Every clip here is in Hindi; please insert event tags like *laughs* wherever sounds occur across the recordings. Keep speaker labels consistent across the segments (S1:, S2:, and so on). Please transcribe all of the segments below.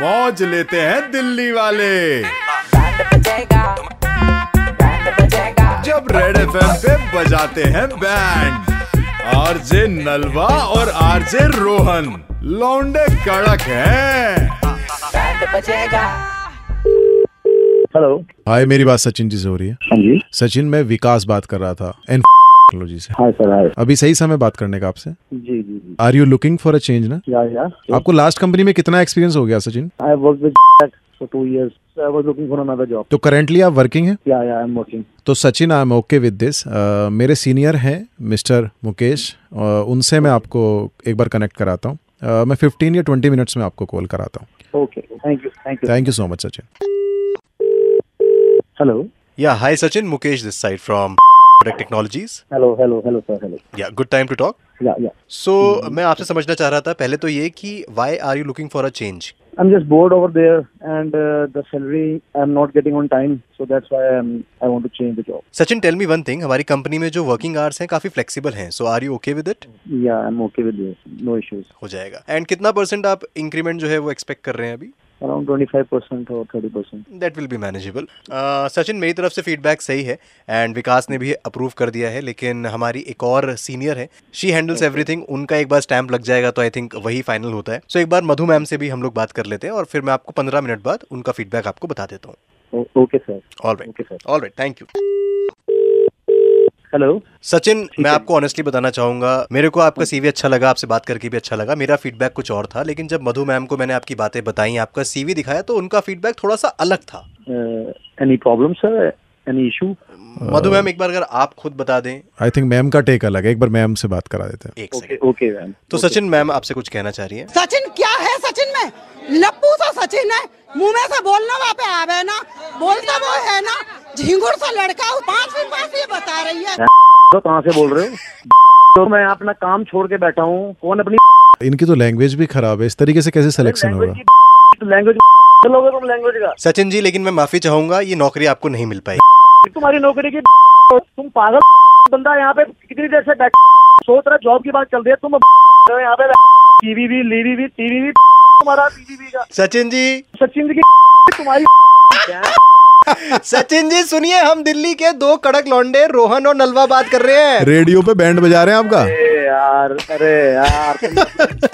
S1: मौज लेते हैं दिल्ली वाले जब रेड एफ पे बजाते हैं बैंड आरजे नलवा और आरजे रोहन लौंडे कड़क हैं
S2: हेलो
S1: हाय मेरी बात सचिन जी से हो रही है
S2: हाँ जी
S1: सचिन मैं विकास बात कर रहा था एन जी से
S2: हाँ सर हाय
S1: अभी सही समय बात करने का आपसे
S2: जी जी जी
S1: are you looking for a change ना
S2: या या
S1: आपको लास्ट कंपनी में कितना एक्सपीरियंस हो गया Sachin
S2: I work with for two years I was looking for another job
S1: तो करेंटली आप वर्किंग हैं
S2: या या आई एम वर्किंग
S1: तो Sachin I am okay with this मेरे सीनियर हैं मिस्टर मुकेश अ, उनसे मैं आपको एक बार कनेक्ट कराता हूँ अ, मैं फिफ्टीन या ट्वेंटी मिनट्स में आपको कॉल कराता हूँ
S2: okay thank you thank you
S1: thank you so much Sachin
S2: hello
S3: Yeah, hi Sachin, Mukesh this side from Product Technologies.
S2: Hello hello hello sir hello
S3: Yeah, good time to talk.
S2: Yeah yeah
S3: So, मैं आपसे समझना चाह रहा था पहले तो ये कि why are you looking for a change?
S2: I am just bored over there and the salary I am not getting on time so that's why I I want to change the job
S3: Sachin tell me one thing हमारी कंपनी में जो वर्किंग आवर्स हैं काफी फ्लेक्सिबल हैं so are you okay with it
S2: yeah I am okay with this no issues
S3: हो जाएगा एंड कितना परसेंट आप इंक्रीमेंट जो है वो एक्सपेक्ट कर रहे हैं अभी
S2: अराउंड ट्वेंटी फाइव परसेंट और thirty percent
S3: that will be manageable Uh, Sachin मेरी तरफ से फीडबैक सही है एंड विकास ने भी अप्रूव कर दिया है लेकिन हमारी एक और सीनियर है शी हैंडल्स एवरीथिंग उनका एक बार स्टैंप लग जाएगा तो आई थिंक वही फाइनल होता है सो so, एक बार मधु मैम से भी हम लोग बात कर लेते हैं और फिर मैं आपको पंद्रह मिनट बाद उनका फीडबैक आपको बता देता हूँ
S2: okay sir
S3: all right
S2: okay sir
S3: all right thank you
S2: hello
S3: Sachin मैं आपको ऑनेस्टली बताना चाहूंगा मेरे को आपका सीवी अच्छा लगा आपसे बात करके भी अच्छा लगा मेरा फीडबैक कुछ और था लेकिन जब मधु मैम को मैंने आपकी बातें बताई आपका सीवी दिखाया तो उनका फीडबैक थोड़ा सा अलग था
S2: any problem sir any issue
S3: Madhu ma'am एक बार अगर आप खुद बता दें
S1: आई थिंक मैम का टेक अलग है एक बार मैम से बात करा देते हैं
S3: एक सेकंड
S2: ओके ओके मैम
S3: तो सचिन मैम आपसे कुछ कहना चाह रही है
S4: सचिन क्या है सचिन में लप्पू सा सचिन है मुंह में से बोलना वहाँ पे आवे ना बोलता वो है ना झिंगुर सा लड़का वो पांच फीट पांच ये बता रही है
S2: तो कहाँ से बोल रहे *laughs* हो तो मैं अपना काम छोड़ के बैठा हूँ कौन अपनी
S1: इनकी तो लैंग्वेज भी खराब है इस तरीके से कैसे सिलेक्शन होगा
S2: *laughs* लैंग्वेज लैंग्वेज चलोगे तुम लैंग्वेज का
S3: सचिन जी लेकिन मैं माफी चाहूंगा ये नौकरी आपको नहीं मिल पाई
S2: तुम्हारी नौकरी की *laughs* तुम पागल *laughs* बंदा यहाँ पे कितनी देर से बैठ *laughs* सोच रहा जॉब की बात चल रही है तुम *laughs* हो यहाँ पे *laughs* टीवी भी लीवी भी टीवी भी *laughs* तुम्हारा टीवी का
S3: सचिन जी
S2: सचिन की *laughs* तुम्हारी
S3: सचिन जी सुनिए हम दिल्ली के दो कड़क लौंडे रोहन और नलवा बात कर रहे हैं
S1: रेडियो पे बैंड बजा रहे हैं आपका
S2: अरे यार अरे यार तुम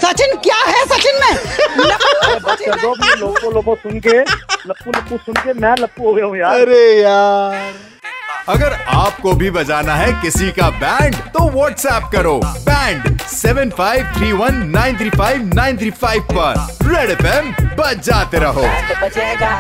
S4: सचिन क्या है सचिन में
S2: बस कर दो अपने लोगों लोगों सुन के लप्पू लप्पू सुन के मैं लप्पू हो गया हूँ यार
S3: अरे यार
S1: अगर आपको भी बजाना है किसी का बैंड तो व्हाट्सएप करो band seven five three one nine three five nine three five पर रेड एफ बजाते रहो
S4: बचेगा